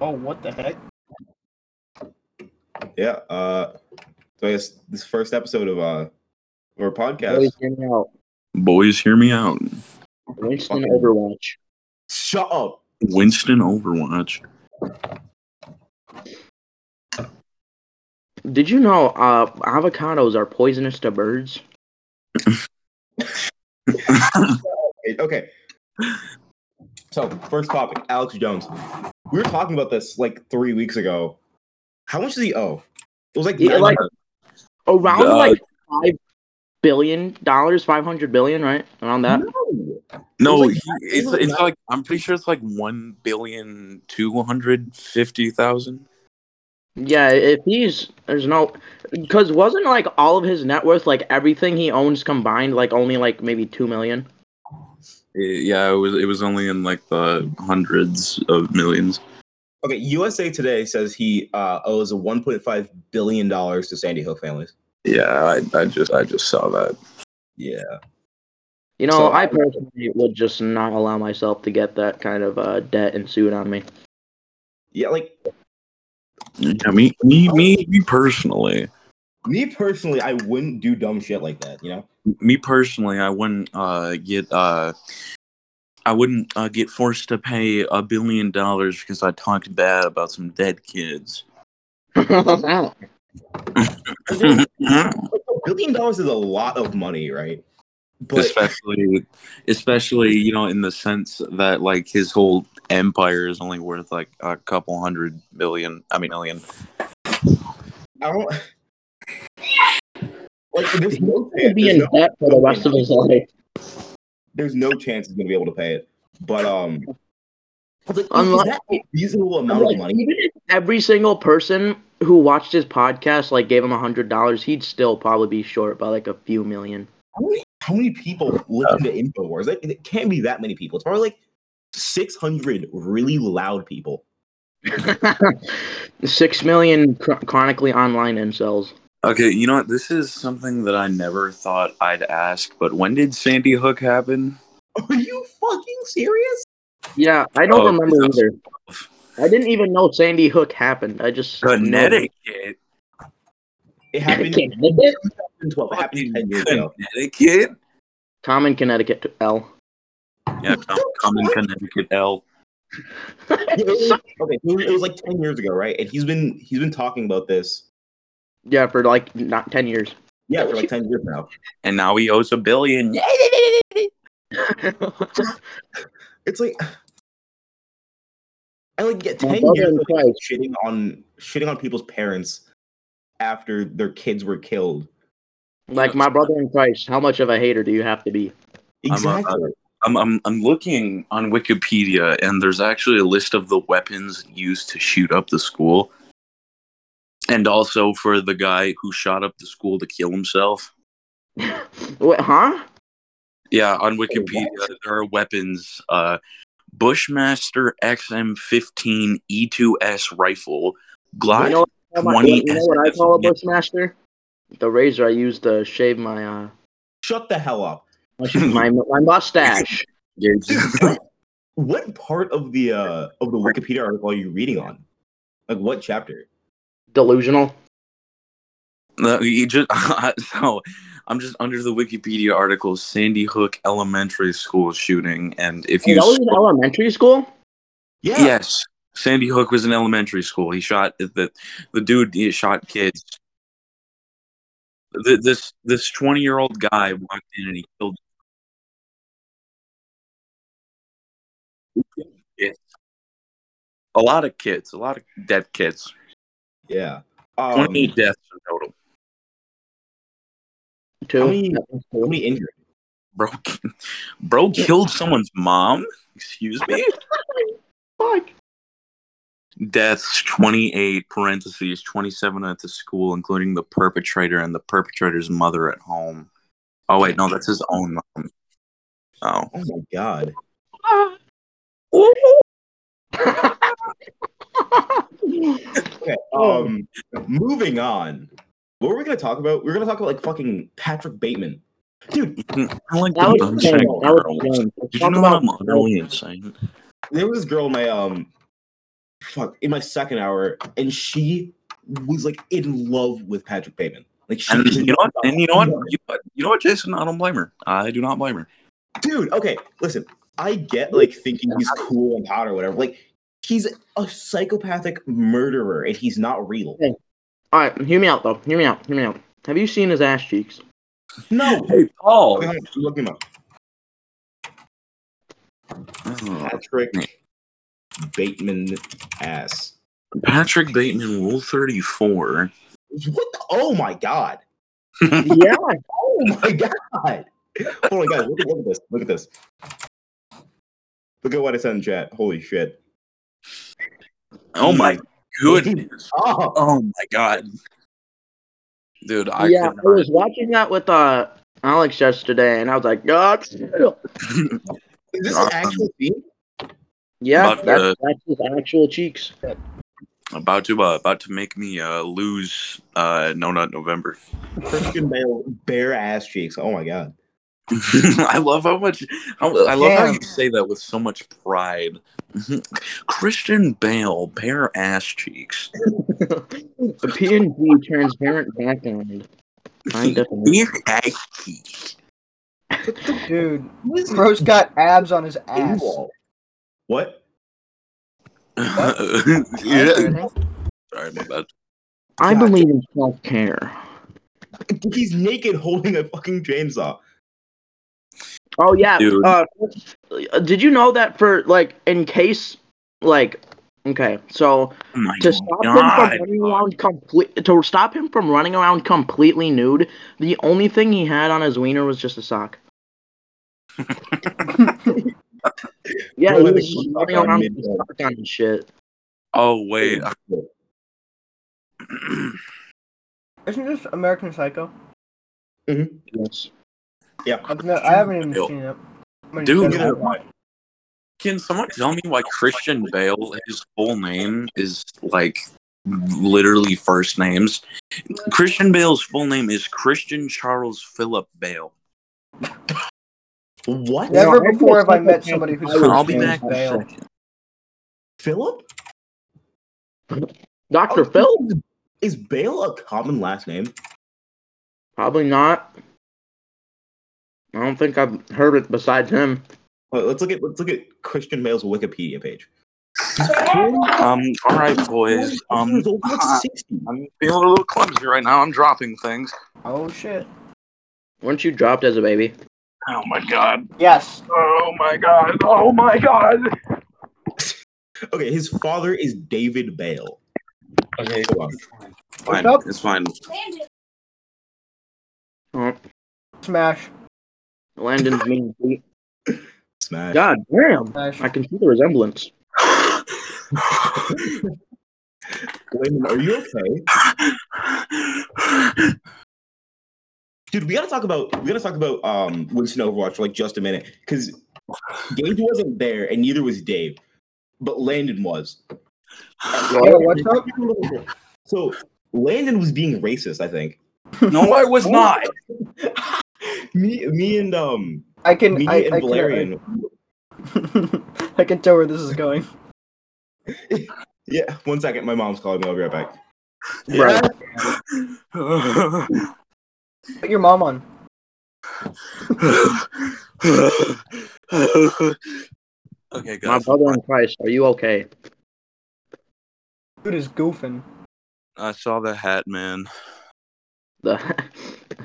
Oh, what the heck? Yeah. Uh, so I guess this first episode of uh, our podcast. Boys, hear me out. Boys, hear me out. Winston Fucking- Overwatch. Shut up. Winston Overwatch. Did you know uh, avocados are poisonous to birds? Hey, Okay. So first topic, Alex Jones. We were talking about this like three weeks ago. How much does he owe? It was like, Yeah, nine- like- Around Uh, like five billion dollars, five hundred billion, right? Around that. No. No, It was like- he- it's was it's like- like I'm pretty sure it's like one billion two hundred fifty thousand. Mm-hmm. Yeah, if he's there's no because wasn't like all of his net worth like everything he owns combined like only like maybe two million. Yeah, it was it was only in like the hundreds of millions. Okay, USA Today says he uh, owes a 1.5 billion dollars to Sandy Hook families. Yeah, I, I just I just saw that. Yeah. You know, So- I personally would just not allow myself to get that kind of uh, debt ensued on me. Yeah, like Yeah, me me me, me personally, me personally, I wouldn't do dumb shit like that, you know? me personally, I wouldn't uh get uh. I wouldn't uh, get forced to pay a billion dollars because I talked bad about some dead kids. A billion dollars is a lot of money, right? But especially especially you know in the sense that like his whole empire is only worth like a couple hundred million i mean million I don't like there's no He'd be there's in no, debt for the rest of his life. there's no chance he's gonna be able to pay it. But um I was like, Unlike- is that a reasonable amount Like, of money? Even if every single person who watched his podcast like gave him a hundred dollars, he'd still probably be short by like a few million. How many, how many people listen to InfoWars? Like it can't be that many people. It's probably like six hundred really loud people. Six million chro- chronically online incels. okay you know what this is something that i never thought i'd ask but when did sandy hook happen Are you fucking serious? Yeah, I don't Oh, remember that's- either. I didn't even know Sandy Hook happened. I just connecticut It Common happened in Connecticut. 2012. It happened ten years ago. connecticut Common Connecticut to L. yeah come, come in connecticut l Yeah, it was- okay, it was, it was like ten years ago, right? And he's been he's been talking about this. yeah, for like not ten years. Yeah, for like ten years now. and now he owes a billion It's like I like get My ten brother years in of like, Christ. shitting on shitting on people's parents after their kids were killed. like my brother in Christ, how much of a hater do you have to be? a- Exactly. I'm, I'm I'm looking on Wikipedia, and there's actually a list of the weapons used to shoot up the school, and also for the guy who shot up the school to kill himself. Wait, huh? Yeah, Oh, on Wikipedia there are weapons: uh, Bushmaster XM15 E2S E rifle, Glock. You know, what- Twenty you know what I call a SFU. bushmaster? The razor I use to shave my uh Shut the hell up. my my mustache. What part of the uh of the Wikipedia article are you reading on? Like what chapter? Delusional. No, you just so I'm just under the Wikipedia article Sandy Hook Elementary School shooting, and if Hey, you that was in elementary school. Yeah. Yes. Sandy Hook was in elementary school. He shot the the dude. He shot kids. Th this this twenty year old guy walked in and he killed. kids. A lot of kids. A lot of dead kids. Yeah. Um, Twenty deaths in total. Too. How many- That was cool. how many injured? Bro, bro killed someone's mom. Excuse me. Fuck. deaths 28 parentheses 27 at the school including the perpetrator and the perpetrator's mother at home oh wait no that's his own mom oh Oh my god. Okay. Um, moving on. What were we gonna talk about? We were gonna talk about like fucking Patrick Bateman, dude. i like That the was dumb insane. That was insane. Talk shit girls. did you know about- i'm utterly insane There was this girl in my um fuck in my second hour, and she was like in love with Patrick Bateman. Like she, And was in you know what? And you know what? love. You know what, you know what Jason? I don't blame her. I do not blame her. dude. Okay, listen, I get like thinking he's cool and hot or whatever. Like he's a psychopathic murderer, and he's not real. All right, hear me out though. Hear me out. Hear me out. Have you seen his ass cheeks? No, Hey, Paul. Okay, hold on, look him up. Oh, Patrick Bateman ass. Patrick Bateman, Rule 34. What? The, oh my god! yeah. Oh my god! Hold on, guys. Look, at- look at this. Look at this. Look at what I said in chat. Holy shit! Oh my goodness. Oh, Oh my god. Dude, I yeah, could I was not. watching that with uh Alex yesterday, and I was like, God. is this an actual scene? Yeah, But, that's, uh, that's his actual cheeks. about to uh, about to make me uh, lose uh, no not November. Christian Bale bare ass cheeks. Oh my god! I love how much how, I love how Yeah. you say that with so much pride. Christian Bale, bare ass cheeks. The PNG transparent background. Fine definition. Bare ass cheeks. Dude, What is bro's got abs on his ass. AWOL? What? yeah. Sorry, my bad. I God. believe in self care. He's naked holding a fucking chainsaw. Oh yeah. Dude. Uh, did you know that for like in case like okay so Oh my to stop him from running god. around complete to stop him from running around completely nude the only thing he had on his wiener was just a sock. yeah, he Bro, I was think just he was running on around with mid-bed. a sock on and shit. Oh wait. Isn't this American Psycho? Yes. I've no, I haven't even Yo. seen it. I'm gonna Dude, check it out. Can someone tell me why Christian Bale, his full name is like literally first names? Christian Bale's full name is Christian Charles Philip Bale. What? Yeah. Never No, I'm before a have I met psychopath. somebody who's I would I'll be change back in my a shit. second. Philip? Dr. Phil? Is Bale a common last name? Probably not. I don't think I've heard it besides him. Wait, let's look at let's look at Christian Bale's Wikipedia page. Um, all right, boys. Um, He's over uh, 60. I'm feeling a little clumsy right now. I'm dropping things. Oh shit. Weren't you dropped as a baby? Oh my god. Yes. Oh my god. Oh my god. Okay, his father is David Bale. Okay, Hold on. fine. What's up? It's fine. Oh, Smash. Landon's mean tweet. Smash. God damn. Smash. I can see the resemblance. Wayman, are you okay? Dude, we gotta talk about we gotta talk about um Winston Overwatch for like just a minute. Cause Gage wasn't there and neither was Dave. But Landon was. Yo, what's up? So Landon was being racist, I think. no, I was not. Me me and um I can. me I, and I Valerian Can, I can tell where this is going. Yeah, one second. My mom's calling me. I'll be right back. Right. Put your mom on. okay, My guys. brother in Christ, are you okay? Dude is goofing. I saw the hat man. The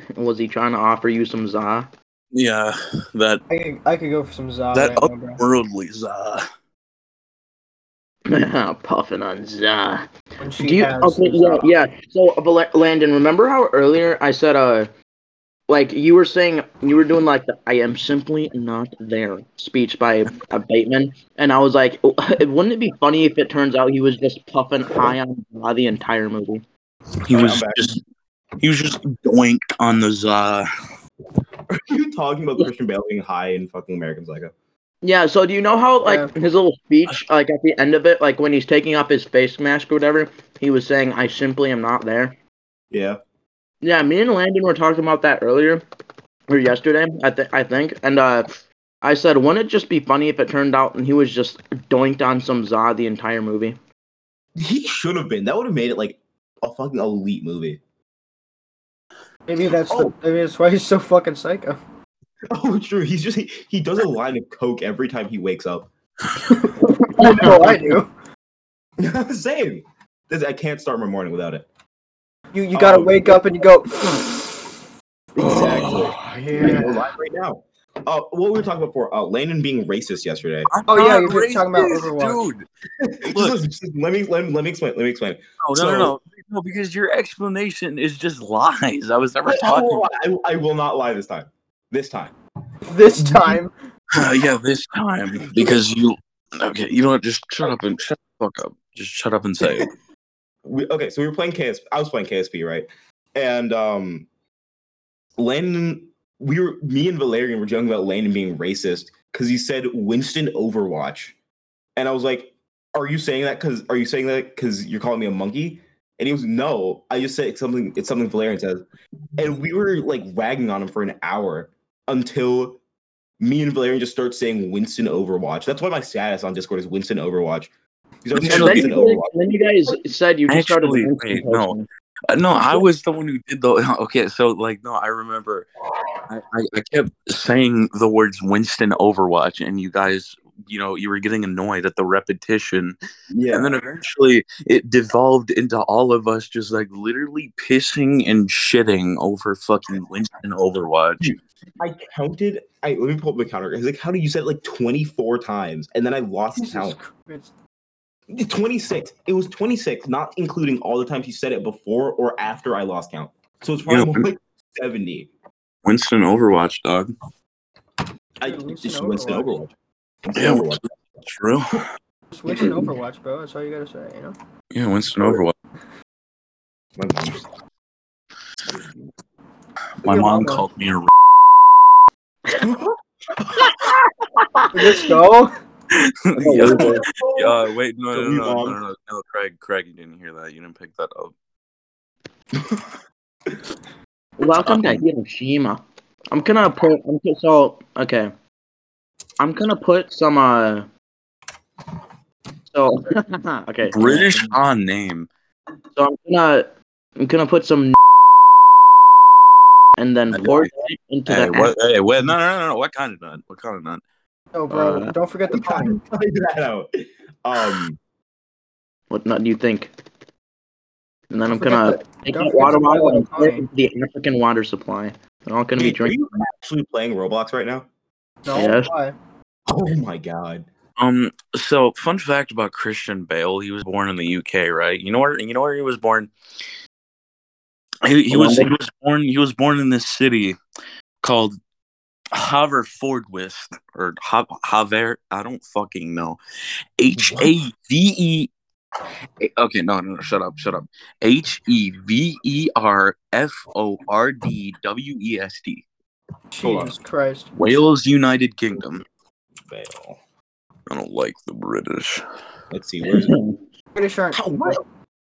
was he trying to offer you some za? Yeah, that I could, I could go for some Zod That right now, bro. worldly za. Puffing on za. When she Do you? has Okay, some yeah, Zod. yeah. So, uh, Val- Landon, remember how earlier I said, uh, like you were saying, you were doing like the "I am simply not there" speech by uh, Bateman, and I was like, wouldn't it be funny if it turns out he was just puffing high on za the entire movie? Alright, He I'm was back. just he was just doinked on the za. Are you talking about Christian Bale being high in fucking American Psycho? Yeah. So, do you know how like his little speech, like at the end of it, like when he's taking off his face mask or whatever, he was saying, "I simply am not there." Yeah. Yeah, me and Landon were talking about that earlier or yesterday, I, th- I think. And uh, I said, wouldn't it just be funny if it turned out and he was just doinked on some za the entire movie? He should have been. That would have made it like a fucking elite movie. Maybe that's Oh. the, maybe that's why he's so fucking psycho. Oh, true. He's just he, he does a line of coke every time he wakes up. I know I do. Same. This- I can't start my morning without it. You you gotta Um, wake up and you go. Exactly. yeah. We're live right now. Uh, what we were talking about before, uh, Landon being racist yesterday. Oh, yeah, Not you're talking about Overwatch. dude. Just Look. listen, just let me let, me- let me explain. Let me explain. No, no, So- no, no, no, because your explanation is just lies. I was never I, I talking. will, I- I will not lie this time. This time. This time, Uh, yeah, this time because you. Okay, you know what? Just shut up and shut the fuck up. Just shut up and say it. we, okay, so we were playing KSP. I was playing KSP, right? And um Landon, we were me and Valerian were joking about Landon being racist because he said Winston Overwatch, and I was like, "Are you saying that? Because are you saying that? Because you're calling me a monkey?" And he was, "No, I just said something. It's something Valerian says." And we were like ragging on him for an hour until me and Valerian just start saying Winston Overwatch. That's why my status on Discord is Winston Overwatch. He's always And saying then, Actually- Winston you, Overwatch. then you guys said you just started. Actually, an wait, instant no. person. Uh, No, I was the one who did though. Okay, so like, no, I remember. I, I, I kept saying the words Winston Overwatch, and you guys, you know, you were getting annoyed at the repetition, Yeah. and then eventually it devolved into all of us just like literally pissing and shitting over fucking Winston Overwatch. I counted. I let me pull up my counter. I was like, "How do you said it like twenty four times?" And then I lost Jesus count. Christ. Twenty six. It was twenty six, not including all the times you said it before or after I lost count. So it's probably Yeah, more Win- like seventy. Winston Overwatch, dog. I Dude, it's Winston just Winston Overwatch. Overwatch. Winston Yeah, Overwatch. Winston, it's real. just switch and Overwatch, bro. That's all you gotta say, you know. Yeah, Winston Overwatch. My mom just- My Your mom mama. called me a. r- Let's go. yeah, yeah, wait, no, Don't no, you, no, no, Mom? no, no, no, Craig, Craig, you didn't hear that. You didn't pick that up. Welcome Um, to Hiroshima. I'm gonna put. I'm gonna, so okay. I'm gonna put some. Uh. So okay. British on name. So I'm gonna. I'm gonna put some. And then Okay. Fortnite into Hey, the. what, hey, what? No, no, no, no. What kind of nut? What kind of nut? No, bro. Uh, don't forget the Cut pun. that out. Um, What nut do you think? And then I'm Forget gonna the- take don't that forget water the bottle and Milo pour it Pine. into the African water supply. They're all gonna be wait, are drinking. you actually playing Roblox right now? No, Yes. why? Oh my god. Um. So, fun fact about Christian Bale: he was born in the UK, right? You know where? You know where he was born? He, he was. He was born. He was born in this city called Haverfordwest or Ha- Haver. I don't fucking know. H A V E. Okay, no, no, no, shut up, shut up. H E V E R F O R D W E S T. Hold on. Jesus Christ. Wales, United Kingdom. Fail. I don't like the British. Let's see. Where's it? British aren't. How, why,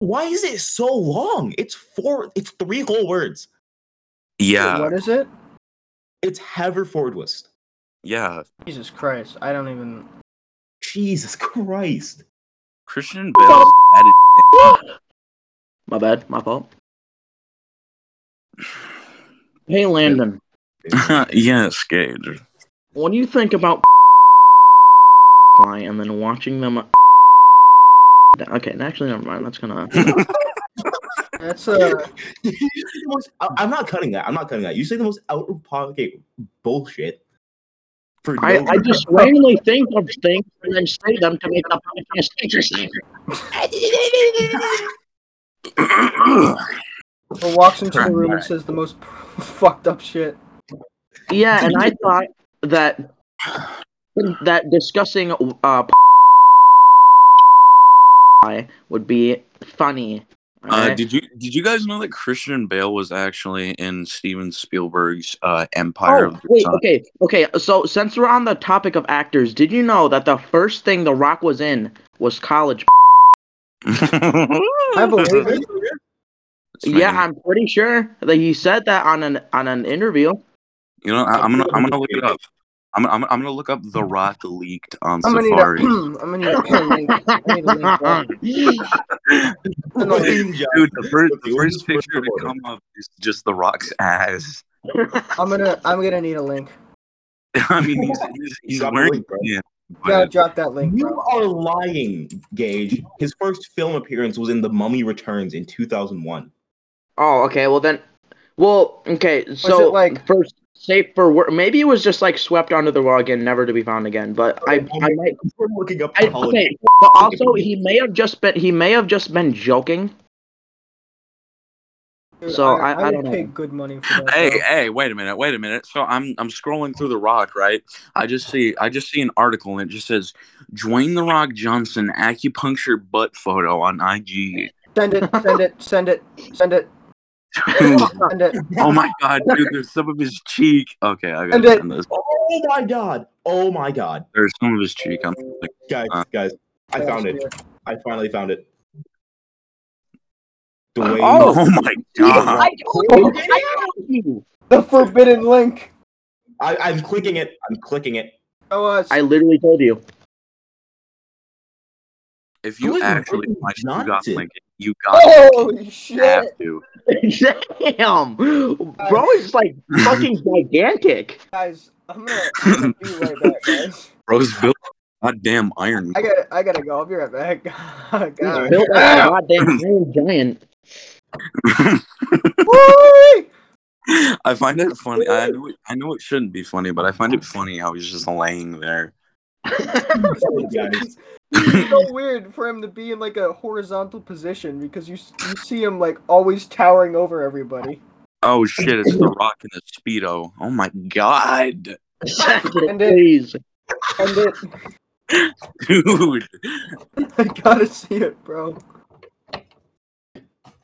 why is it so long? It's four. It's three whole words. Yeah, What is it? It's Haverfordwest. yeah. Jesus Christ. I don't even. Jesus Christ. Christian Bale's bad My bad. My fault. Hey Landon, as- yes, Gage. what do you think about supply and then watching them? uh, Okay, actually, never mind. That's gonna. That's uh. You say the most- I- I'm not cutting that. I'm not cutting that. You say the most out of pocket bullshit. For I, no I reason. just randomly think of things and then say them to make it a podcast interesting. Uh, Who walks into the room and says the most fucked up shit? Yeah, and I thought that that discussing uh pie would be funny. Uh, alright? did you did you guys know that Christian Bale was actually in Steven Spielberg's uh, Empire Oh, of the wait, Sun? okay, okay. So since we're on the topic of actors, did you know that the first thing The Rock was in was college? I believe it. Yeah, I'm pretty sure that he said that on an on an interview. You know, I, I'm gonna I'm gonna look it up. I'm, I'm, I'm gonna look up the rot leaked on I'm gonna need Safari. a. I'm gonna need a link. I need a link, bro. Dude, the first, But the the oldest first first picture to reporter. come up is just the Rock's ass. I'm gonna. I'm gonna need a link. I mean, he's, he's, he's Drop the wearing link, bro. yeah, Gotta but drop that link, You bro. are lying, Gage. His first film appearance was in The Mummy Returns in 2001. Oh, okay. Well then, well, okay. So it like- first safe for work? Maybe it was just like swept under the rug and never to be found again. But I, I might. We're looking up I, college- okay, but also he may have just been he may have just been joking. Dude, So, I- I would don't know. pay good money for that. hey, bro. hey, wait a minute, wait a minute. So I'm I'm scrolling through the Rock, right? I just see I just see an article and it just says Dwayne the Rock Johnson acupuncture butt photo on IG. Send it. Send it. Send it. Send it. Dude, Send it. oh my god, dude, there's some of his cheek. Okay, I And gotta then- send this. Oh my god. Oh my god. There's some of his cheek. I'm like, Guys, Uh, guys, I found it. I finally found it. The Uh, way oh, my god. I, told you, Uh-huh. I told you. The forbidden link. I, I'm clicking it. I'm clicking it. Show us. I literally told you. If Who you is actually Dwayne watched, you got Johnson? Lincoln. You got Lincoln. Holy You have Oh, shit! to. Damn, bro is like fucking gigantic. Guys, I'm gonna, I'm gonna be right back, guys. Bro's built goddamn iron. I gotta, I gotta go. I'll be right back. God. He's built like a goddamn iron giant. Woo! I find it funny. I know it, I know it shouldn't be funny, but I find it funny how he's just laying there. It's so weird for him to be in like a horizontal position because you s- you see him like always towering over everybody. Oh shit! It's the Rock and the Speedo. Oh my god, And it- Please. And it, dude! I gotta see it, bro.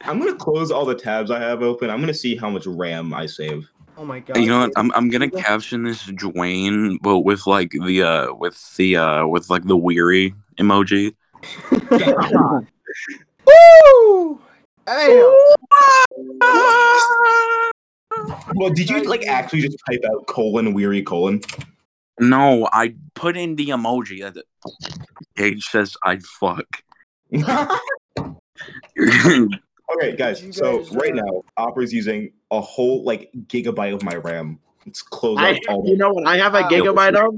I'm gonna close all the tabs I have open. I'm gonna see how much RAM I save. Oh my god. You know what? dude. I'm I'm gonna caption this Dwayne, but with like the uh with the uh with like the weary emoji. Woo! Damn. Well, did you like actually just type out colon weary colon? No, I put in the emoji. that- Gage says I fuck. Okay, guys. You So guys, right uh, now, Opera's using a whole like gigabyte of my RAM. Let's close out I, all. you know what I have a Wow. gigabyte of?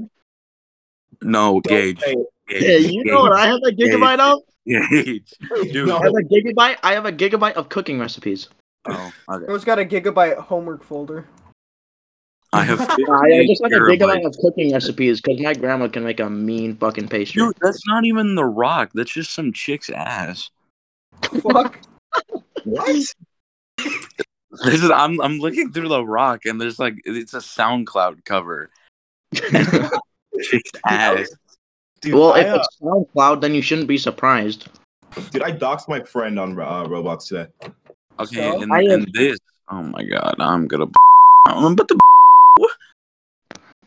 no, Don't Gage. say it. Gage, Yeah, you know what I have a gigabyte of? Gage. Dude. No. I have a gigabyte. I have a gigabyte of cooking recipes. Oh, okay. Bro's got a gigabyte homework folder. I have. I, I just like a 58 gigabyte of cooking recipes because my grandma can make a mean fucking pastry. Dude, that's not even the rock. That's just some chick's ass. Fuck. What? This is I'm I'm looking through the rock and there's like it's a SoundCloud cover. Chick's ass. Dude, well, I, if it's SoundCloud, then you shouldn't be surprised. uh, dude, I doxed my friend on uh, Roblox today. Okay, So, and, I am- and this. Oh my god, I'm gonna. I'm about to.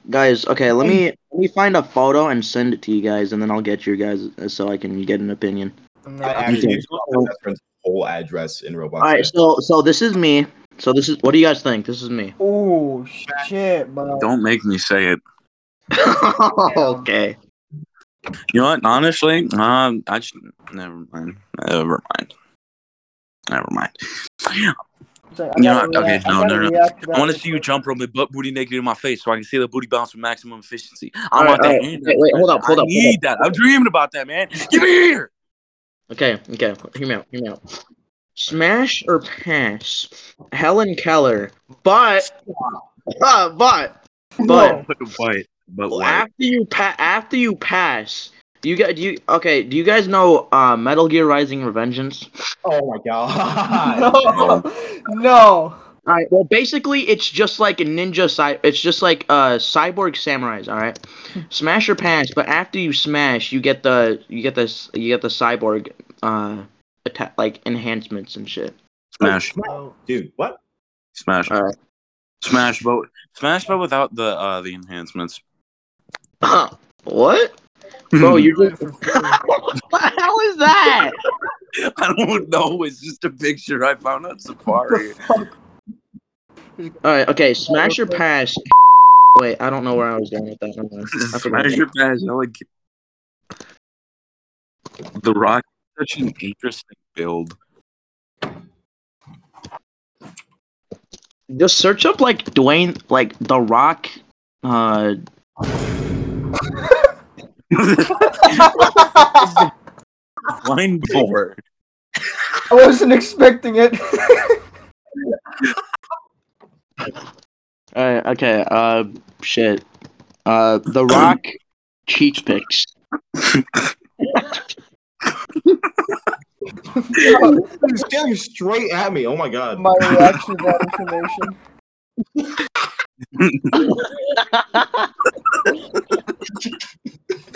Guys, okay, let me let me find a photo and send it to you guys, and then I'll get you guys uh, so I can get an opinion. I'm I not- actually Okay. just got my friend's whole address in Roblox. All right, today. so so this is me. So this is what do you guys think? This is me. Oh shit, bro. Don't make me say it. okay. You know what? Honestly, um, I just never mind. Never mind. Never mind. So I You know gotta what? Okay, react- I no, gotta no, no. react to I want to that. see you jump from the butt booty naked in my face so I can see the booty bounce with maximum efficiency. I All right, want all that. right. hand Wait, wait, hold up, hold I up, hold need that. I'm dreaming about that, man. Give me here. Okay, okay, hear me out, hear me out. Smash or pass? Helen Keller. But, uh, but, but, But what? But after you pa- after you pass, you got you. Okay, do you guys know uh, Metal Gear Rising: Revengeance? Oh my god. No, no. All right. Well, basically, it's just like a ninja cy- It's just like uh, cyborg samurais. All right, smash or pass. But after you smash, you get the you get this you get the cyborg uh atta- like enhancements and shit. Smash, Oh, Dude, what? smash, All right. smash, but smash, but without the uh the enhancements. what? Bro, you you're did it just. for free. what the hell is that? I don't know. It's just a picture I found on Safari. All right. Okay. Smash or pass? Wait, I don't know where I was going with that. Never mind. I forgot. Smash your badge. I like it. The Rock is such an interesting build. Just search up like Dwayne, like The Rock. Uh, Line four. I wasn't expecting it. uh, okay. Uh, shit. Uh, The Rock cheek pics. He's staring straight at me. Oh my god. My reaction to that information.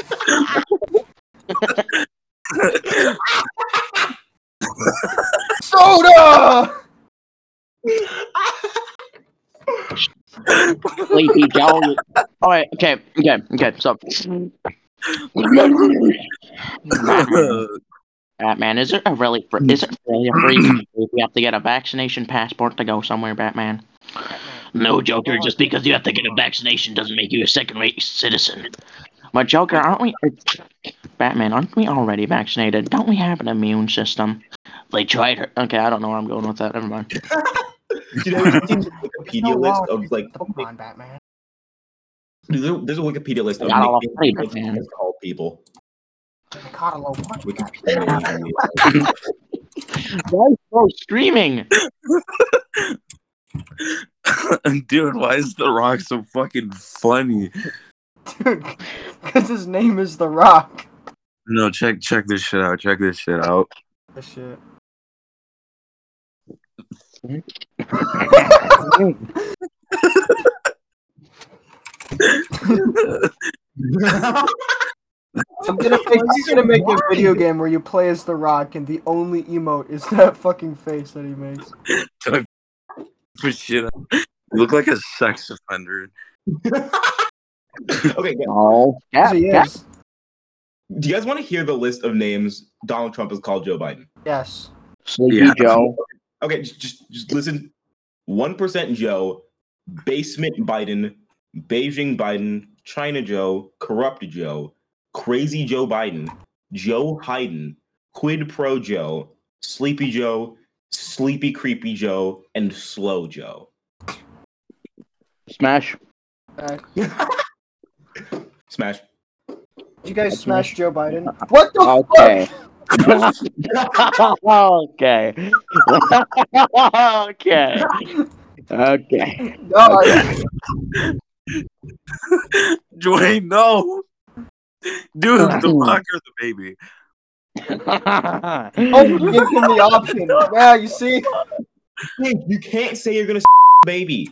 Soda! Sleepy Joe. All right. Okay. Okay. Okay. So. Batman, is it a really fr- is it really a free country if you have to get a vaccination passport to go somewhere, Batman? No, Joker. Just because you have to get a vaccination doesn't make you a second-rate citizen. But Joker, aren't we? uh, Batman, aren't we already vaccinated? Don't we have an immune system? They tried her. Okay, I don't know where I'm going with that. Never mind. Dude, have you seen the Wikipedia list of like Come on, Batman. there's a, there's a Wikipedia list of Got all afraid, nicknames of man. alcohol people. Carlo, what? Wikipedia. Why is Joe screaming? Dude, why is The Rock so fucking funny? Because his name is The Rock. No, check check this shit out. Check this shit out. The shit. I'm gonna make, I'm gonna make a video game where you play as The Rock, and the only emote is that fucking face that he makes. But shit, you look like a sex offender. okay, yeah. Oh, yeah, Yes, he yeah. is. do you guys want to hear the list of names Donald Trump has called Joe Biden? Yes. Sleepy Yeah. Joe. Okay, just just, just listen. One percent Joe, basement Biden, Beijing Biden, China Joe, corrupt Joe, crazy Joe Biden, Joe Hyden, quid pro Joe, sleepy Joe, sleepy creepy Joe, and slow Joe. Smash. Alright. Smash. Did you guys smash Joe Biden? What the Uh, Okay. fuck? okay. okay. Okay. No, I- Dwayne, no. Dude, The Rock or the baby? oh, you give him the option. Yeah, you see? Hey, you can't say you're gonna s- baby.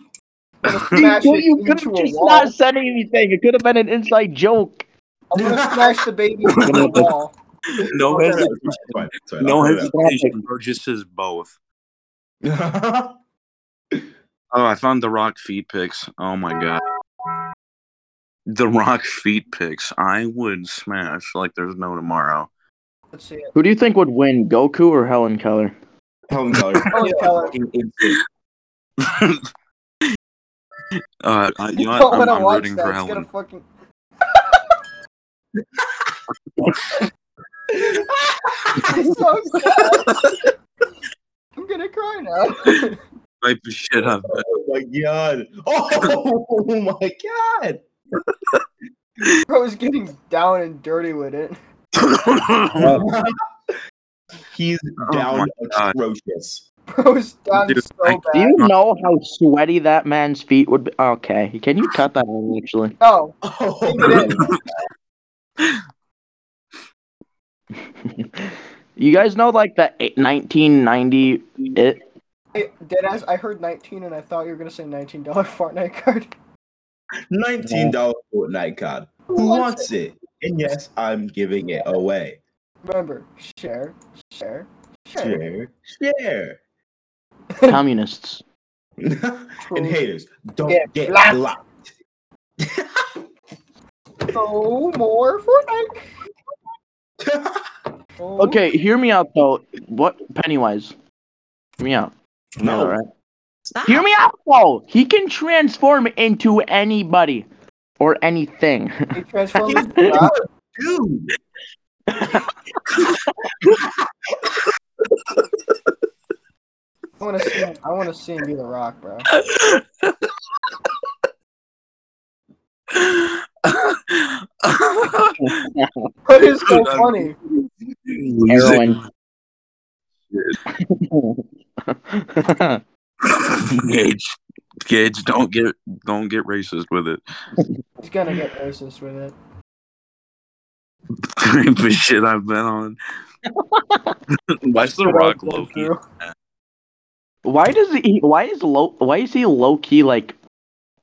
Smash it you could into have a just wall. not said anything. It could have been an inside joke. I'm gonna smash the baby into the wall. No Okay, hesitation. it's fine, it's fine, No I'll cut it hesitation, bro. Just says both. out. Oh, I found The Rock feet pics. Oh my god. The Rock feet pics. I would smash like there's no tomorrow. Let's see it. Who do you think would win, Goku or Helen Keller? Helen Keller. Helen Keller. Fucking insane. Uh, I, you know, don't what? I'm, wanna I'm watch rooting that. for It's gonna Helen. fucking. I'm so sad. I'm gonna cry now. Type of shit up. Oh my god. Oh my god. Bro is getting down and dirty with it. He's Oh down God. atrocious. Bro's down Dude, I- so Do bad. you know how sweaty that man's feet would be? Okay. Can you cut that out, actually? No, Oh, leave it in. you guys know, like, the eight- 1990 it? Hey, Deadass, I heard 19 and I thought you were gonna say $19 Fortnite card. Nineteen dollar Fortnite card. Who wants it? And yes, I'm giving it away. Remember, share, share, share. Share, share. Communists. and haters, don't Get get blocked. blocked. No more Fortnite. No Okay, hear me out, though. What? Pennywise. Hear me out. no, All right. Stop. Hear me out though. He can transform into anybody or anything. He transforms He's into a dog. Dude, I want to see. Him, I want to see him be the Rock, bro. What is so Dude, I'm- funny? Losing. Heroin. Gage, Gage, don't get don't get racist with it. He's gonna get racist with it. Creepy shit I've been on. Watch the But I Rock was going Loki. through- why does he? Why is low? Why is he low key like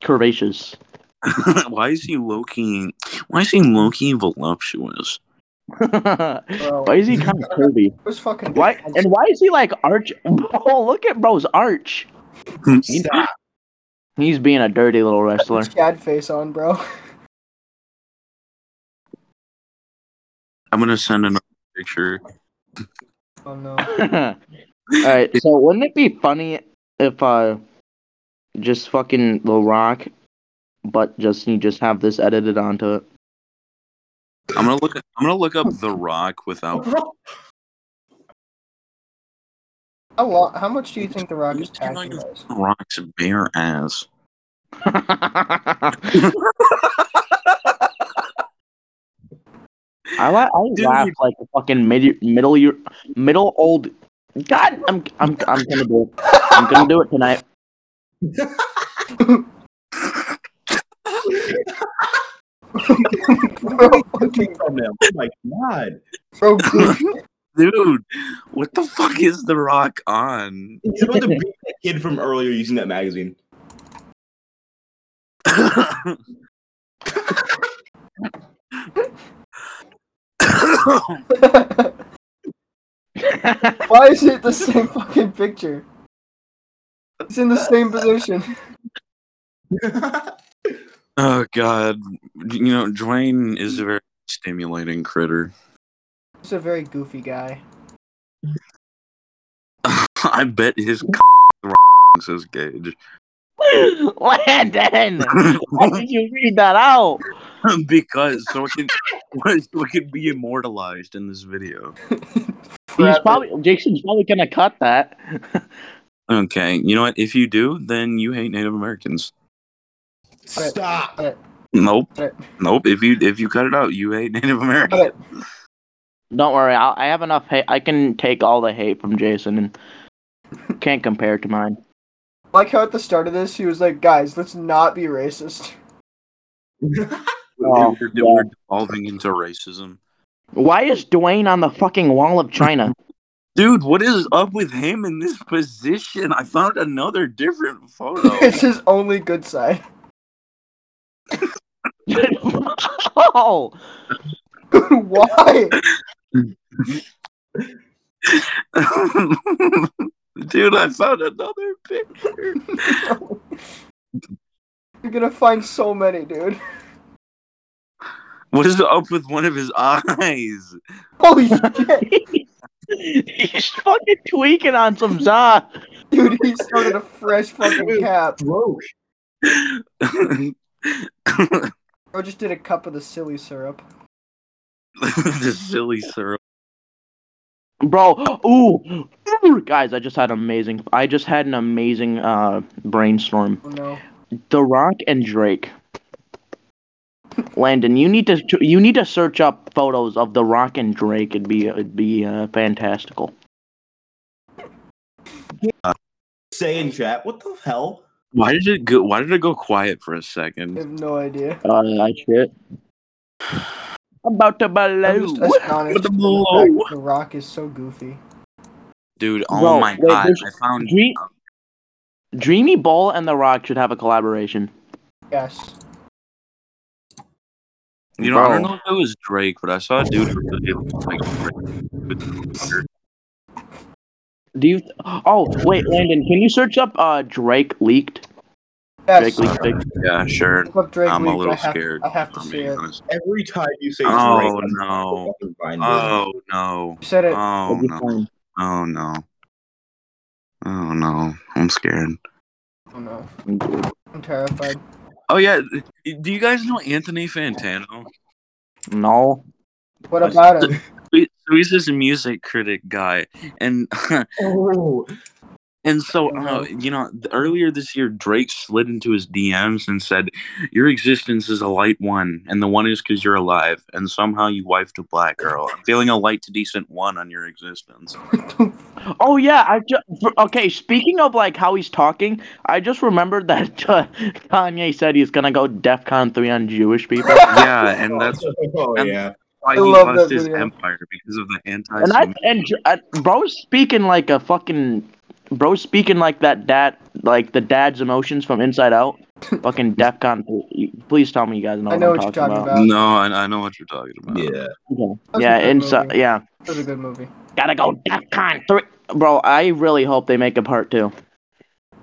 curvaceous? Why is he Loki? Why is he Loki voluptuous? why Bro, is he kind of curvy? it was fucking. Why and why is he like arch? Oh, look at bro's arch. Stop. He's being a dirty little wrestler. Chad face on, bro. I'm gonna send another picture. Oh no. All right. So wouldn't it be funny if uh, just fucking The Rock, but just you just have this edited onto it? I'm gonna look. I'm gonna look up The Rock without. How long? How much do you think the Rock is packing? guys? Rock's bare ass. I, la- I Dude. laugh like a fucking mid- middle year, middle old. God, I'm I'm I'm gonna do it. I'm gonna do it tonight. bro, fucking, from them. Oh my god. bro, dude, Dude, what the fuck is The Rock on? He's about to beat that kid from earlier using that magazine. why is it the same fucking picture? It's in the same position. oh God, you know Dwayne is a very stimulating critter. He's a very goofy guy. I bet his says Gage. Landon, why did you read that out? because so it can so it can be immortalized in this video. He's probably Jason's probably gonna cut that. Okay, you know what? If you do, then you hate Native Americans. Stop. Nope, Right. nope. If you if you cut it out, you hate Native Americans. But Don't worry, I'll, I have enough hate. I can take all the hate from Jason and can't compare it to mine. like how at the start of this he was like, guys, let's not be racist. Oh, we're, we're devolving into racism, Why is Dwayne on the fucking wall of China? dude. What is up with him in this position? I found another different photo. it's his only good side. oh, why? dude, I found another picture. You're gonna find so many, dude. What is up with one of his eyes? Holy shit, he's fucking tweaking on some za. dude! He started a fresh fucking cap. Broke. Bro just did a cup of the silly syrup. the silly syrup. bro. Ooh, ooh, guys, I just had amazing. I just had an amazing uh brainstorm. Oh no. The Rock and Drake. Landon, you need to you need to search up photos of The Rock and Drake. It'd be it'd be uh, fantastical. Saying chat. What the hell? Why did it go? Why did it go quiet for a I second? have no idea. Uh, I shit. About to I'm just blow. astonished With the at fact blow. that the Rock is so goofy. Dude, oh Bro, my wait, god, there's- I found Dream, Dreamy Ball and The Rock should have a collaboration. Yes. you know I don't bro. know if it was Drake, but I saw a dude who really looked like Drake. Do you? Oh wait, Landon, can you search up uh Drake leaked? Yes. Drake leaked. pic- Yeah, sure. Look up Drake I'm a Leak, little I have, scared. I have to I'm see being it. honest. Every time you say Oh, Drake, I'm no. fucking fine with it. Oh no! You said it. Oh It'd be no! fine. Oh no! Oh no! I'm scared. Oh no, I'm terrified. Oh yeah, do you guys know Anthony Fantano? No. What about him? He- So he's this music critic guy, and Oh, and so Uh-huh. uh, you know th- earlier this year Drake slid into his DMs and said, "Your existence is a light one, and the one is because you're alive, and somehow you wifed a black girl. I'm feeling a light to decent one on your existence." Oh yeah, I just okay. Speaking of like how he's talking, I just remembered that uh, Kanye said he's gonna go DefCon three on Jewish people, yeah, and that's oh, and- yeah. why he love lost that his video. empire because of the anti. and I and J- uh, bro's speaking like a fucking bro's speaking like that dad like the dad's emotions from Inside Out. Fucking DefCon. three. Please tell me you guys know. I know what, what I'm you're talking about. No, I, I know what you're talking about. Yeah. That's Yeah, a good inside. movie. Yeah, That's a good movie. gotta go DefCon three, bro. I really hope they make a part two.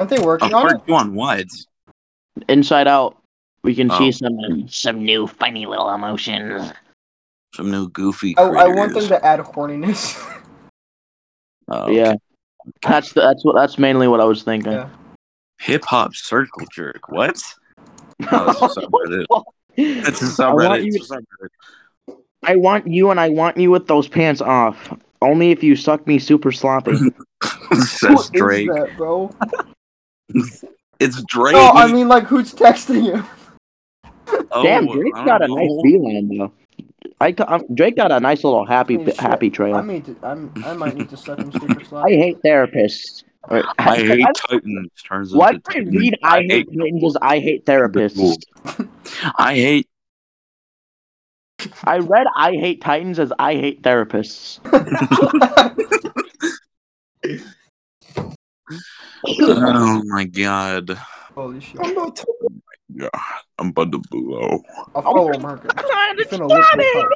Aren't they working on it? Apart you on what? Inside Out. We can Oh. see some some new funny little emotions. Some new goofy. Oh, I, I want them critters. to add horniness. Oh, Yeah, that's the, that's what that's mainly what I was thinking. Yeah. Hip hop circle jerk. What? Oh, it's a subreddit. It's a I subreddit. want, you, It's a subreddit. I want you and I want you with those pants off. Only if you suck me super sloppy. Says What is Drake. that, bro? It's Drake. No, I mean like who's texting you? Oh, Damn, I Drake's don't got a know. nice beeline though. I ca- um, Drake got a nice little happy Holy Oh, shit. happy trail. I i mean, I'm I might need to suck him super slow. hate therapists. Or- I hate Titans. Turns Why into did I Titans. read I hate ninjas? I hate therapists. I hate. I read I hate Titans as I hate therapists. Oh my god. Holy shit! I'm not t- Yeah, I'm about to blow. I'll follow him. Margaret. God, He's gonna lick me up.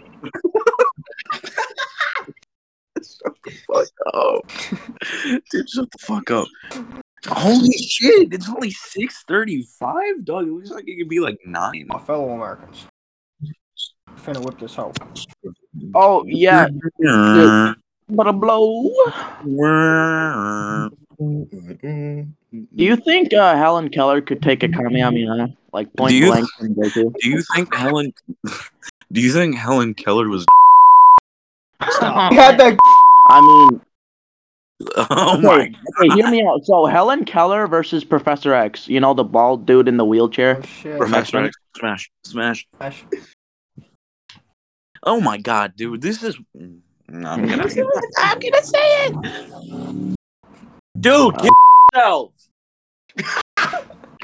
Fuck Oh. up, dude! Shut the fuck up. Holy shit! It's only six thirty-five, dog. It looks like it could be like nine. My fellow Americans. Finna whip this hoe. Oh yeah, but a blow. Do you think uh, Helen Keller could take a Kamehameha like point you- blank from Goku? Do you think Helen? Do you think Helen Keller was? He had that. I mean, Oh my! okay, okay, hear me out. So Helen Keller versus Professor X. You know the bald dude in the wheelchair. Oh shit! Professor X, smash, smash! Ash. Oh my God, dude! This is. No, I'm gonna. I'm gonna say it. Dude, get yourself. Who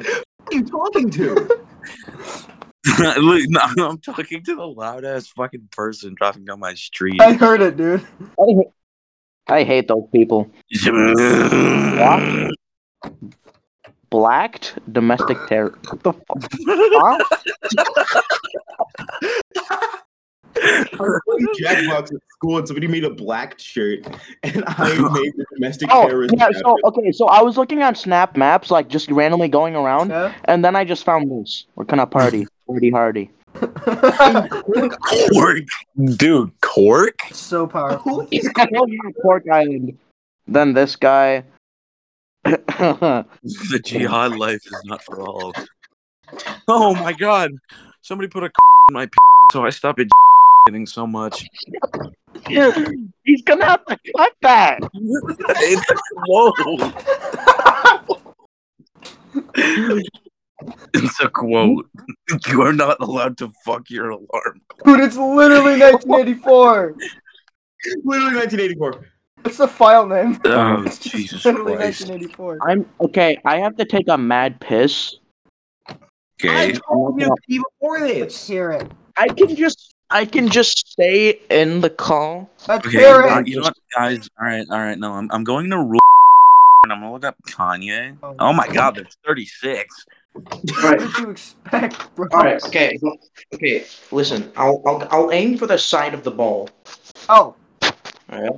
are you talking to? Look, no, I'm talking to the loud ass fucking person driving down my street. I heard it, dude. I hate, I hate those people. Blacked domestic terror. What the fuck? Huh? I was playing Jackbox at school, and somebody made a black shirt, and I made the domestic Oh, terrorist. yeah, so chapter. okay, so I was looking on Snap Maps, like just randomly going around, Yeah. and then I just found this. We're gonna party, party hardy. Cork, dude, Cork. so powerful. Cork Island. Then this guy. The jihad life is not for all. Oh my God! Somebody put a in my p- so I stopped it getting so much. He's gonna have to cut that. it's whoa. It's a quote. You are not allowed to fuck your alarm. Dude, it's literally 1984. Literally 1984. It's the file name. Oh It's just Jesus literally Christ! 1984. I'm okay. I have to take a mad piss. Okay. told you before Let's hear it. I can just, I can just stay in the call. Let's Okay, hear uh, it. you know what, guys? All right, all right. No, I'm, I'm going to rule, and I'm gonna look up Kanye. Oh my God, that's 36. What did you expect, bro? Okay. Okay. Listen, I'll, I'll, I'll aim for the side of the ball. Oh, All right.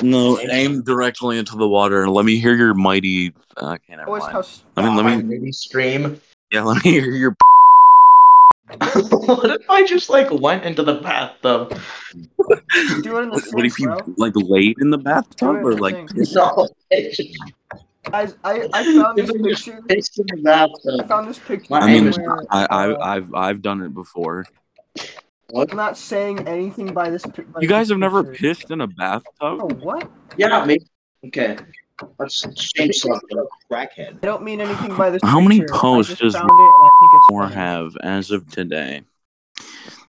No, aim directly into the water. Let me hear your mighty. Uh, okay, never voice mind. house. Let me, let me, maybe stream. yeah, let me hear your. what if I just like went into the bathtub? Do it in the What if sink, you bro. like laid in the bathtub Do it or in the like? sink. pissed? No. Guys, I, I found this Isn't this- picture. It's in the I bathtub. found this picture. I I mean, somewhere, I, uh, I, I've I've done it before. I'm not saying anything by this. pic- by You guys this have never picture. pissed in a bathtub? Oh, what? Yeah, me. Okay. Let's change something. Crackhead. I don't mean anything by this. How many picture. I posts just does found it and I think it's Or funny. have as of today.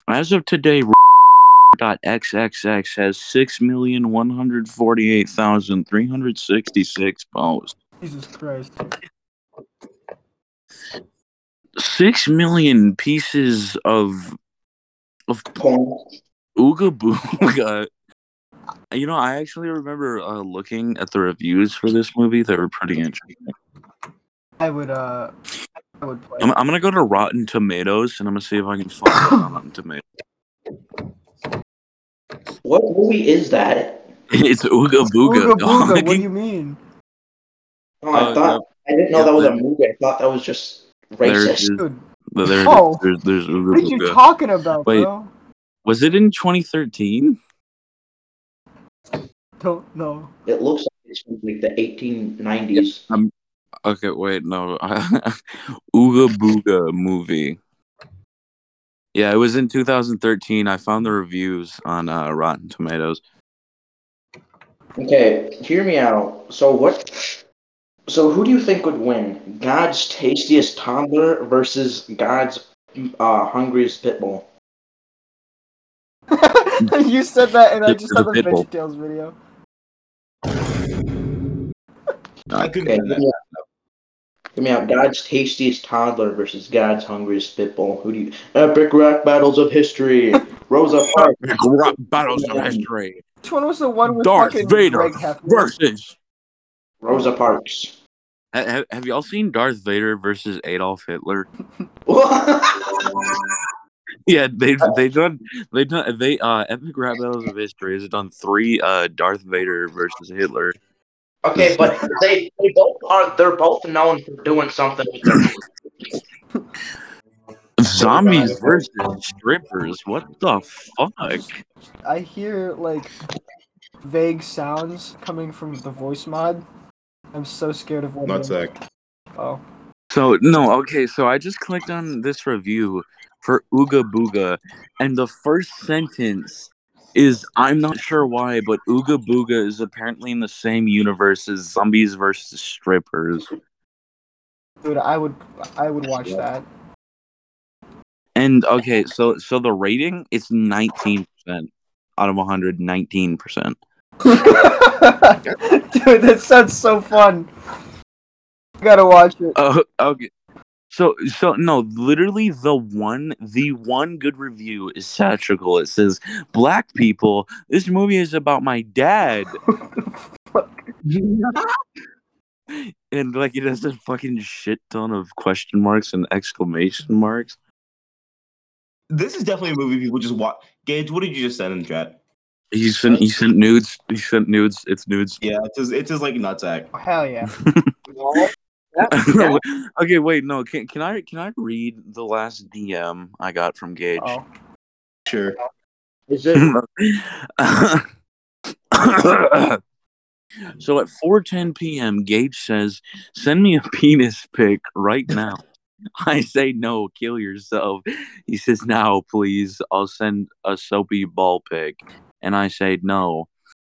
As of today, dot xxx has six million one hundred forty-eight thousand three hundred sixty-six posts. Jesus Christ. Six million pieces of of Porn. Ooga Booga. You know, I actually remember uh, looking at the reviews for this movie. They were pretty interesting. I would uh, I would play. I'm, I'm gonna go to Rotten Tomatoes and I'm gonna see if I can find it on Rotten Tomatoes. What movie is that? It's Ooga Booga. Ooga booga. What do you mean? Oh, I Uh, thought I didn't know yeah, that was there- a movie. I thought that was just There's- racist. Dude, There, there, Oh. there's, there's Ooga what are you Booga. talking about, Wait. bro? Was it in 2013? Don't know. It looks like it's from like the 1890s. Okay, wait, no. Ooga Booga movie. Yeah, it was in 2013. I found the reviews on uh, Rotten Tomatoes. Okay, hear me out. So what? So who do you think would win? God's tastiest toddler versus God's uh, hungriest pitbull. you said that, and I This just is had a the pit bull. Veggie Tales video. I couldn't Okay, do hear that. me out. Hear me out. God's tastiest toddler versus God's hungriest pitbull. Who do you? Epic rock battles of history. Rosa Parks. Rock battles of history. Which one was the one with Darth fucking Vader Greg Hefner? Versus. Rosa Parks. Have, have y'all seen Darth Vader versus Adolf Hitler? Yeah, they they done they done they uh epic rap battles of history has done three uh Darth Vader versus Hitler. Okay, but they, they both are they're both known for doing something with their Zombies versus strippers. What the fuck? I hear like vague sounds coming from the voice mod. I'm so scared of what. Not sec. Oh, So no, okay, so I just clicked on this review for Ooga Booga and the first sentence is I'm not sure why, but Ooga Booga is apparently in the same universe as zombies versus strippers. dude, I would, I would watch that. And okay, so so the rating is nineteen percent out of 119 percent. dude, that sounds so fun. Gotta watch it. Oh, okay. So, so no, literally the one, the one good review is satirical. It says, "Black people, this movie is about my dad," and like it has a fucking shit ton of question marks and exclamation marks. This is definitely a movie people just watch. Gage, what did you just send in the chat? He sent, he sent nudes. He sent nudes. It's nudes. Yeah, it's just, it's just like nutsack. Oh, Hell yeah. okay, wait, no. Can can I can I read the last DM I got from Gage? Oh, Sure. Is it so at 4:10 p.m., Gage says, "Send me a penis pic right now." I say, "No, kill yourself." He says, "Now, please. I'll send a soapy ball pic." And I say, "No."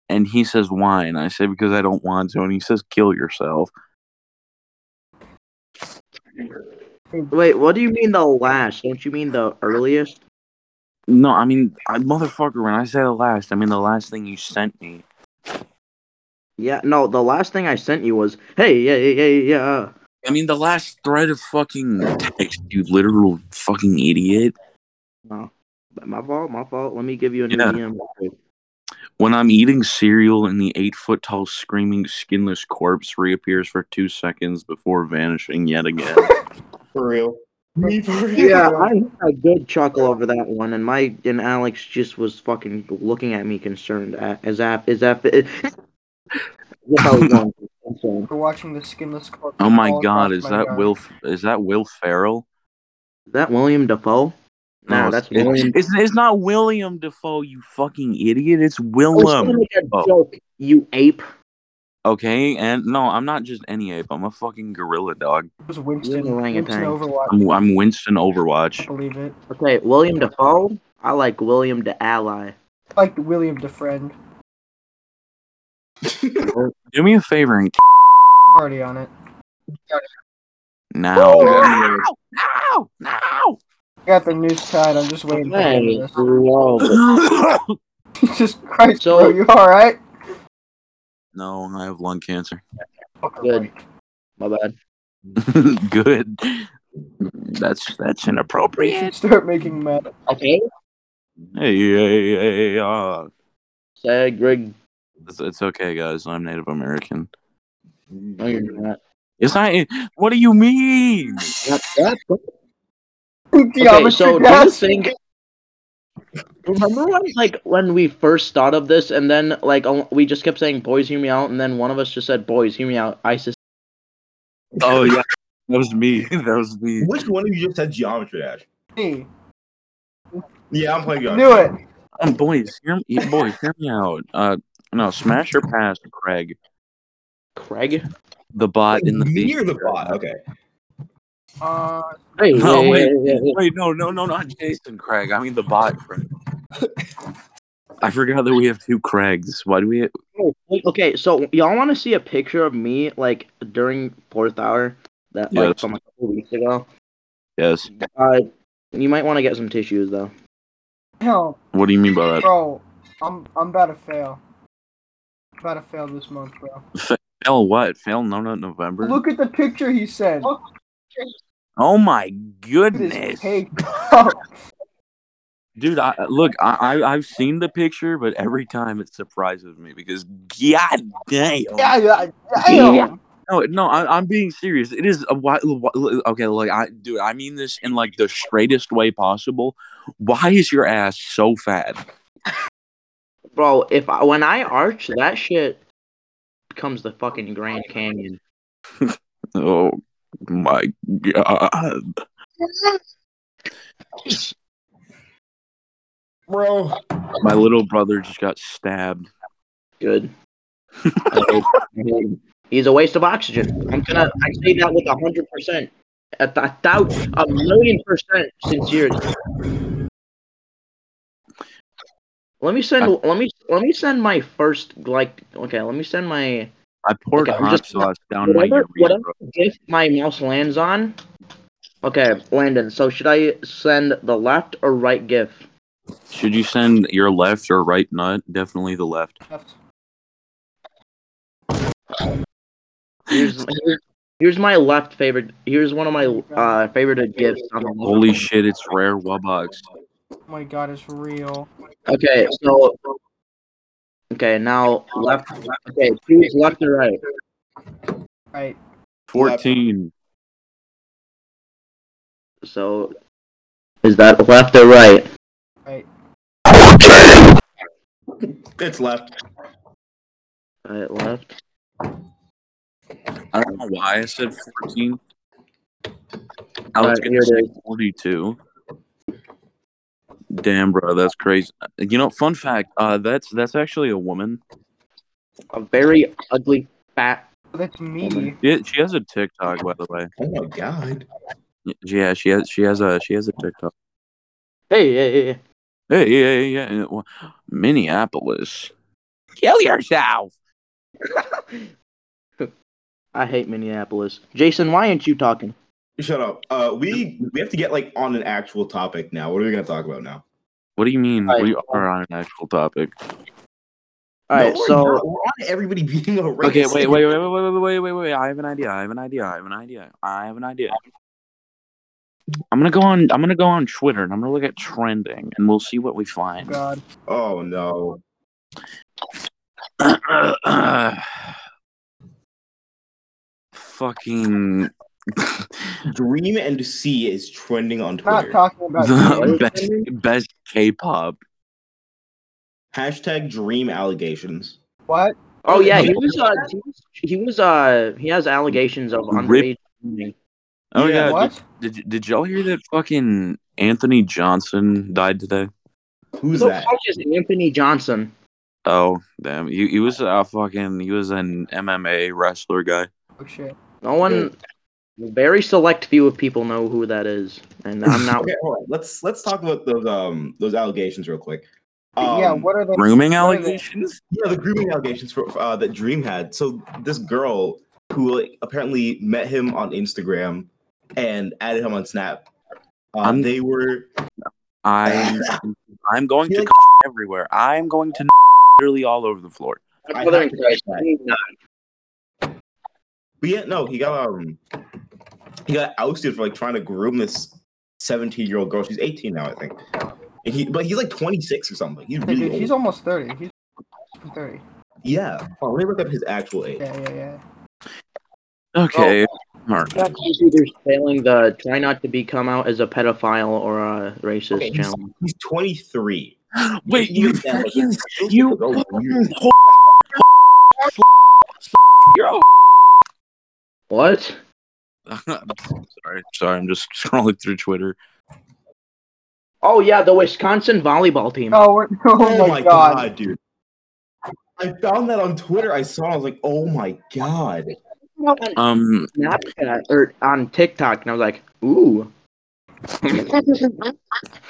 And he says, "Why?" And I say, "Because I don't want to." And he says, "Kill yourself." wait? What do you mean the last? Don't you mean the earliest? No, I mean, I, motherfucker. When I say the last, I mean the last thing you sent me. Yeah, no. The last thing I sent you was hey yeah yeah yeah uh, yeah. I mean the last thread of fucking text, you literal fucking idiot. No, but my fault, my fault. Let me give you a new E Yeah. DM. When I'm eating cereal and the eight foot tall screaming skinless corpse reappears for two seconds before vanishing yet again. For real. Me for real. Yeah, I had a good chuckle over that one, and my and Alex just was fucking looking at me concerned. a- As if as if as if I was going. to- I'm sorry. we're watching the skinless corpse. oh my all across god, is my that yard. Will is that Will Farrell? Is that William Defoe? No, that's it's, William. it's, it's not William Defoe, you fucking idiot. It's I was trying to Willem. make a Oh. joke, you ape. Okay, and no, I'm not just any ape. I'm a fucking gorilla dog. It was Winston. You're an Winston orangutan. Overwatch. I'm, I'm Winston I Overwatch. believe it. Okay, William Defoe. I like William the Ally. I Like William DeFriend. Do me a favor and Already on it. now. Ooh. Now! Now! I got the news tied. I'm just waiting for Hey, this. love Jesus Christ, So- bro. You alright? no, I have lung cancer. Good. my bad. Good. That's that's We inappropriate. should start making meth. Okay. Hey, hey, hey, uh, Say Greg. it's, it's okay, guys. I'm Native American. No, you're not. It's not. What do you mean? Not that. Okay, Geometry so do you class? think? Remember when, like, when we first thought of this, and then like oh, we just kept saying, "Boys, hear me out," and then one of us just said, "Boys, hear me out." ISIS. Oh yeah, that was me. That was me. Which one of you just said Geometry Dash? Me. Yeah, I'm playing Geometry. Do it. Um, boys, hear me. Boys, hear me out. Uh, no, smash your pass, Craig. Craig. The bot in the beat. You're the bot. Okay. Uh, Hey, No, yeah, wait, yeah, yeah, yeah. wait, no, no, no, not Jason Craig. I mean the bot Craig. I forgot that we have two Craigs. Why do we? Oh, wait, Okay, so y'all want to see a picture of me like during fourth hour that like Yes. from a couple weeks ago? Yes. Uh, you might want to get some tissues though. hell, What do you mean by that? bro. I'm I'm about to fail. About to fail this month, bro. Fail what? Fail no no November. Look at the picture he said. Look oh my at his goodness, cake, bro. dude! I, uh, look, I, I I've seen the picture, but every time it surprises me because god damn. Yeah, yeah, damn. Yeah. No, no, I, I'm being serious. It is a why, why- okay. Like I, dude, I mean this in like the straightest way possible. Why is your ass so fat? Bro, if I, when I arch, that shit becomes the fucking Grand Canyon. Oh my god. Bro. My little brother just got stabbed. Good. I hate- I hate him. He's a waste of oxygen. I'm gonna. I say that with a hundred percent, a th- a thousand, a million percent sincerity. Let me send. let me. Let me send my first like. Okay. Let me send my I poured Okay, I'm hot just- sauce down my whatever, urethra. whatever gift my mouse lands on. Okay, Landon. So should I send the left or right gif? Should you send your left or right nut? Definitely the left. Left. Here's, here's my left favorite. Here's one of my uh favorite gifts. on the- Holy shit, it's rare Wubbox. Oh my god, it's real. Okay, so okay now left. Okay, choose left or right. Right. 14. So is that left or right? It's left. Right, left. I don't know why I said 14. I was Alright, going here to it say is. 42. Damn, bro, that's crazy. You know, fun fact, uh, that's that's actually a woman. A very ugly fat. That's me. Yeah, she has a TikTok, by the way. Oh my god. Yeah, she has she has a she has a TikTok. Hey, hey, hey, hey. Hey, yeah, yeah, yeah. Well, Minneapolis. Kill yourself. I hate Minneapolis. Jason, why aren't you talking? Shut up. Uh, we we have to get like on an actual topic now. What are we gonna talk about now? What do you mean? Right. We are on an actual topic. All right, No, we're so not. we're on everybody being a race. Okay, wait, wait, wait, wait, wait, wait, wait, wait. I have an idea. I have an idea. I have an idea. I have an idea. I'm gonna go on. I'm gonna go on Twitter and I'm gonna look at trending, and we'll see what we Oh find. god. Oh no. Fucking Dream and C is trending on Not Twitter. talking about the you. best best K-pop. Hashtag dream allegations. What? oh yeah, he was uh he was, he was uh he has allegations of underage. Rip- drinking. Oh Yeah, yeah, dude. What? Did y- did y'all hear that fucking Anthony Johnson died today? Who Who's the that? fuck is Anthony Johnson? Oh, damn. He, he was a fucking, he was an MMA wrestler guy. Oh shit. No one, Mm. very select few of people know who that is, and I'm not. Okay, hold on. Let's let's talk about those um those allegations real quick. yeah, Um, what are they? Grooming what are they- allegations? Yeah, the grooming allegations for uh, that Dream had. So this girl who like, apparently met him on Instagram and added him on Snap. Um, I'm- they were I'm, I'm going to Really? everywhere. I'm going to literally all over the floor. I Brother in have to catch Christ, that. But yeah, no, he got um he got ousted for like trying to groom this 17 year old girl. She's 18 now, I think. And he, but he's like 26 or something. He's Hey, really dude, old. he's almost thirty. He's thirty. yeah. Hold on, let me look up his actual age. Yeah, yeah, yeah. Okay. all right. That considers failing the try not to become out as a pedophile or a racist Okay, he's- challenge. He's 23. Wait, Even you then, like, fucking, it's still you so weird. fucking, whole- you're a- What? sorry, sorry, I'm just scrolling through Twitter. Oh yeah, the Wisconsin volleyball team. Oh, we're, oh, Oh my god. dude. I found that on Twitter. I saw it. I was like, oh my god. On Um, Snapchat or on TikTok, and I was like, ooh.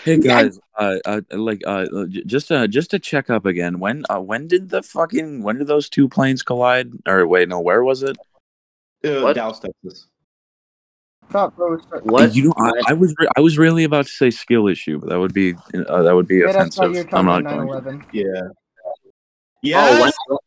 hey guys, uh, uh like, uh, uh, j- just, uh, just to check up again. When, uh, when did the fucking, when did those two planes collide? Or wait, no, where was it? Uh, What? Dallas, Texas. Stop, bro. Stop. What? You know, I, I was, re- I was really about to say skill issue, but that would be, uh, that would be Yeah, that's not offensive. your I'm time not on going. to. 9/11. Yeah. Oh, Yeah. what?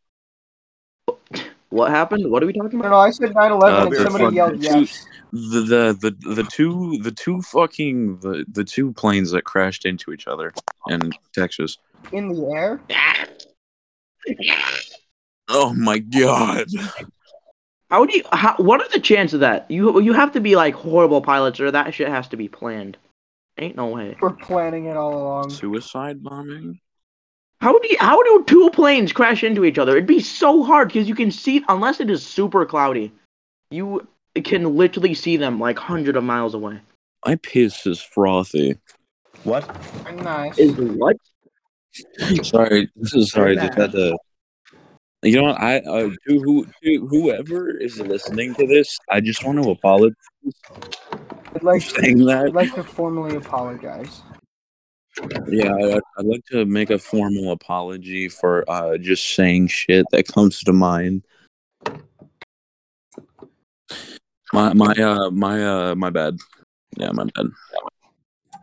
What happened? What are we talking No, about? no, I said 9/11, Uh, and they're somebody fun. yelled Two- yes. The, the, the, the two, the two fucking, the, the two planes that crashed into each other in Texas. in the air. Oh my god. How do you? How, what are the chances of that? You you have to be like horrible pilots, or that shit has to be planned. Ain't no way. We're planning it all along. Suicide bombing? How do you, how do two planes crash into each other? It'd be so hard because you can see unless it is super cloudy, you can literally see them like hundred of miles away. My piss is frothy. What? Nice. Is what? sorry, this is sorry. Very Just had to. You know, what, I uh, to who to whoever is listening to this, I just want to apologize for I'd like, saying I'd that. like to formally apologize. Yeah, I, I'd like to make a formal apology for uh, just saying shit that comes to mind. My my uh my uh my bad. Yeah, my bad.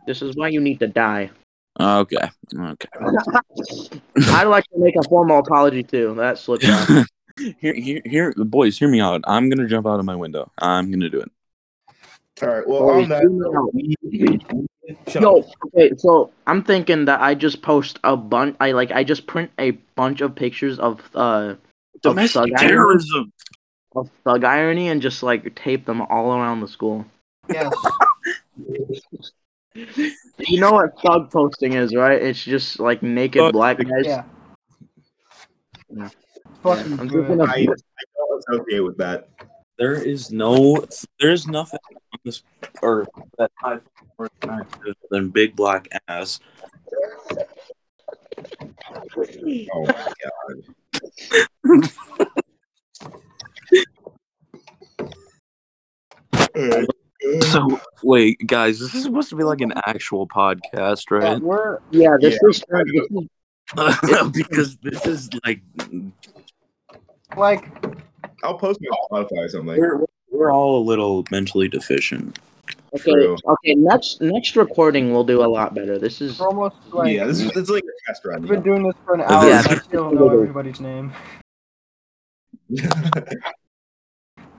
This is why you need to die. Okay, okay. I'd like to make a formal apology too. That slipped out. here, here, here, boys, hear me out. I'm gonna jump out of my window. I'm gonna do it. All right. Well, Oh, on that, no. we- shut Yo, up. okay, so I'm thinking that I just post a bunch. I like I just print a bunch of pictures of uh of thug irony, of thug irony and just like tape them all around the school. Yes. You know what thug posting is, right? It's just like naked Thug- black guys. Yeah. Yeah. Fucking I'm good. thinking of I, I don't associate with that. There is no, there is nothing on this earth that I than big black ass. Oh my god. Uh, uh, So wait, guys, this is supposed to be like an actual podcast, Yeah, right? we're yeah. This Yeah. is this is because this is like like, I'll post it on Spotify or something. we're, we're all a little mentally deficient. okay. True. Okay, next next recording we'll do a lot better. This is we're almost like yeah, this is it's like a test run. we've been doing this for an hour. Yeah. and I still don't know everybody's name.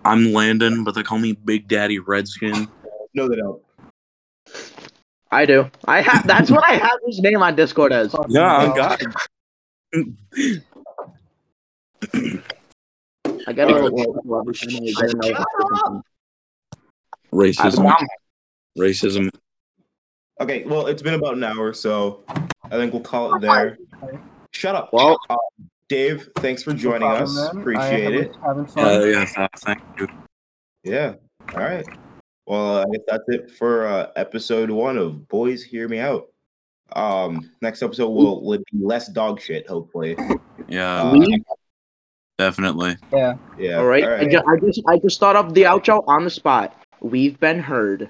I'm Landon, but they call me Big Daddy Redskin. no, they don't. I do. I have that's what I have his name on Discord as. Fucking Oh. uh, hell. I got a Alright, little. I don't know. Racism, racism. Okay, well, it's been about an hour, so I think we'll call it there. Shut up. Uh, Well, Dave, thanks for No joining problem, us. man. I Appreciate have- it. Having fun. Uh, yeah, th- thank you. Yeah. All right. Well, I guess that's it for uh, episode one of Boys Hear Me Out. Um, next episode will, will be less dog shit, hopefully. Yeah, Uh, Leave? definitely. yeah. all right. I, just, I just I just thought of the outro on the spot. We've been heard.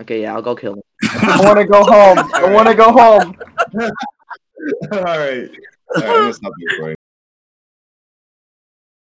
okay, yeah, I'll go kill him. I want to go home. I want to go home. All right. All right. I'm gonna stop the recording.